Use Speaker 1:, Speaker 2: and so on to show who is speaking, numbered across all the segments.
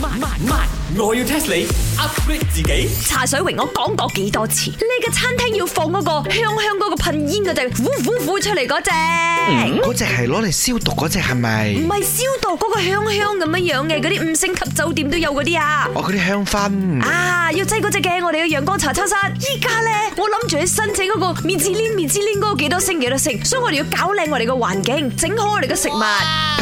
Speaker 1: 慢慢，我要 test 你 upgrade 自己。
Speaker 2: 茶水榮，我講過幾多次，你嘅餐廳要放嗰個香香嗰個噴煙嗰隻，呼呼呼出嚟嗰隻，
Speaker 3: 嗰只係攞嚟消毒嗰只係咪
Speaker 2: 唔？係消毒嗰個香香咁樣樣嘅，嗰啲五星級酒店都有嗰啲啊。
Speaker 3: 哦，嗰啲香薰。
Speaker 2: 啊，要擠嗰隻嘅，我哋嘅陽光茶餐室。依家咧，我諗住去申請嗰個面子鏈面子鏈嗰個幾多星幾多星，所以我哋要搞靚我哋嘅環境，整好我哋嘅食物。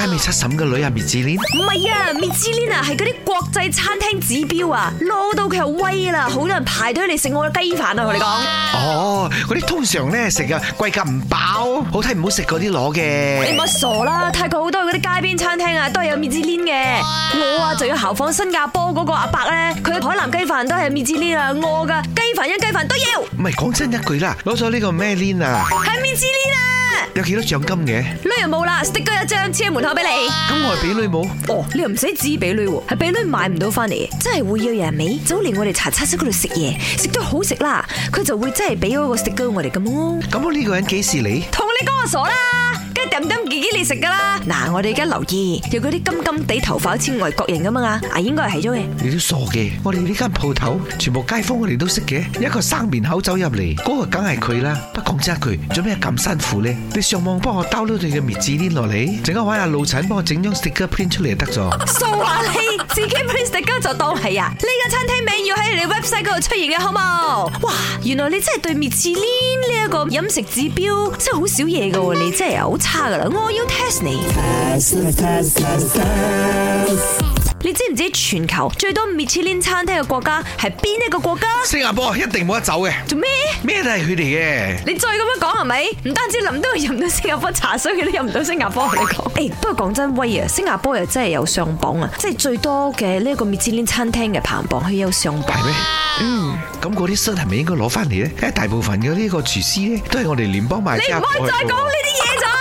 Speaker 3: 街尾七嬸嘅女啊，滅子蓮。
Speaker 2: 唔係啊，面子鏈啊，係嗰啲國際餐廳指標啊，攞到佢係威啦，好多人排隊嚟食我嘅雞飯啊，同你講。
Speaker 3: 哦，嗰啲通常咧食啊貴價唔飽，好睇唔好食嗰啲攞
Speaker 2: 你唔
Speaker 3: 嘅
Speaker 2: 好。傻啦！泰國好多嗰啲街邊餐廳啊，都係有面子鏈嘅。我啊就要效仿新加坡嗰個阿伯咧，佢海南雞飯都係面子鏈啊，我噶雞飯一雞飯都要，
Speaker 3: 唔係講真一句啦，攞咗呢個咩鏈啊，
Speaker 2: 係面子鏈啊！
Speaker 3: 有幾多獎金嘅？
Speaker 2: 女人冇啦，sticker 一張黐喺門口俾你。
Speaker 3: 咁我係俾女冇。
Speaker 2: 哦，你又唔使指俾女喎，係俾女買唔到翻嚟嘅，真係會有人尾走嚟我哋茶餐室嗰度食嘢，食到好食啦，佢就會真係俾嗰個 sticker 我哋咁咯。
Speaker 3: 咁我呢個人幾時嚟？
Speaker 2: 同你講我傻啦，梗係抌抌自己你食噶啦。嗱，我哋而家留意，有嗰啲金金地頭髮好似外國人咁啊，啊應該係咗嘅。
Speaker 3: 你都傻嘅，我哋呢間鋪頭全部街坊我哋都識嘅，一個生面口走入嚟，嗰、個梗係佢啦。不過講真一句，做咩咁辛苦呢？你上網幫我 download 你嘅滅子鏈落嚟，陣間揾下老陳幫我整張 sticker print 出嚟就得咗。
Speaker 2: 數下你自己 print sticker 就當係啊！呢間餐廳名要喺你 website 嗰度出現嘅好冇？哇！原來你真係對米芝蓮呢一個飲食指標真係好少嘢噶喎，你真係好差噶啦！我要 test 你。你知唔知全球最多米芝蓮餐廳嘅國家係邊一個國家？
Speaker 3: 新加坡一定冇得走嘅，
Speaker 2: 做咩？
Speaker 3: 咩都係佢哋嘅。
Speaker 2: 你再咁樣講係咪？唔單止林都入唔到新加坡茶水，佢都入唔到新加坡。你 講，誒，不過講真威啊，新加坡又真係有上榜啊，即係最多嘅呢一個米芝蓮餐廳嘅排行榜，佢有上榜。
Speaker 3: 係咩？嗯，咁嗰啲箱係咪應該攞翻嚟呢？因為大部分嘅呢個廚師呢，都係我哋聯邦賣
Speaker 2: 你
Speaker 3: 家
Speaker 2: 唔可以
Speaker 3: 過去
Speaker 2: 再
Speaker 3: 嘅
Speaker 2: 講呢啲嘢 咋？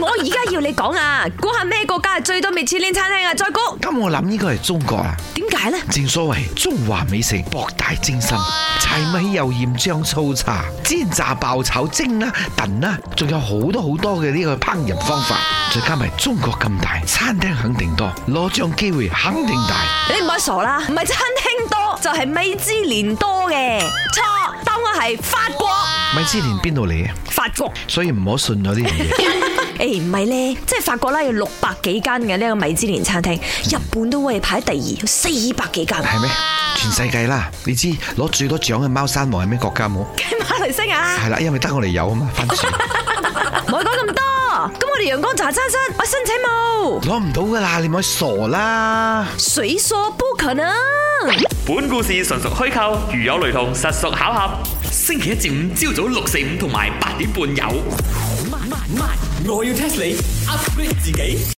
Speaker 2: 我而家要你講啊，估下咩國家係最多米芝蓮餐廳啊？再估，
Speaker 3: 咁我諗應該係中國啊！
Speaker 2: 點解呢？
Speaker 3: 正所謂中華美食博大精深，柴米油鹽醬醋茶，煎炸爆炒蒸啦、燉啦，仲有好多好多嘅呢個烹飪方法。再加埋中國咁大，餐廳肯定多，攞獎機會肯定大。
Speaker 2: 你唔好傻啦，唔係餐廳多就係米芝蓮多嘅，錯，當我係法國，
Speaker 3: 米芝蓮邊度嚟啊？
Speaker 2: 法國。
Speaker 3: 所以唔好信咗呢樣嘢。
Speaker 2: 誒唔係咧，即係法國啦，有六百幾間嘅呢個米芝蓮餐廳，日本都會排第二，有四百幾 間。
Speaker 3: 係咩？全世界啦，你知攞最多獎嘅貓山王係咩國家冇？
Speaker 2: 梗係馬來西亞 啦，
Speaker 3: 係啦，因為得我哋有啊嘛，番薯
Speaker 2: 唔好講咁多。咁我哋陽光茶餐室，我申請冇，
Speaker 3: 攞唔到噶啦，你咪傻啦！
Speaker 2: 水所不可能。
Speaker 4: 本故事純屬虛構，如有雷同，實屬巧合。星期一至五朝早六四五同埋八點半有。
Speaker 1: 慢慢，我要 test 你 upgrade 自己。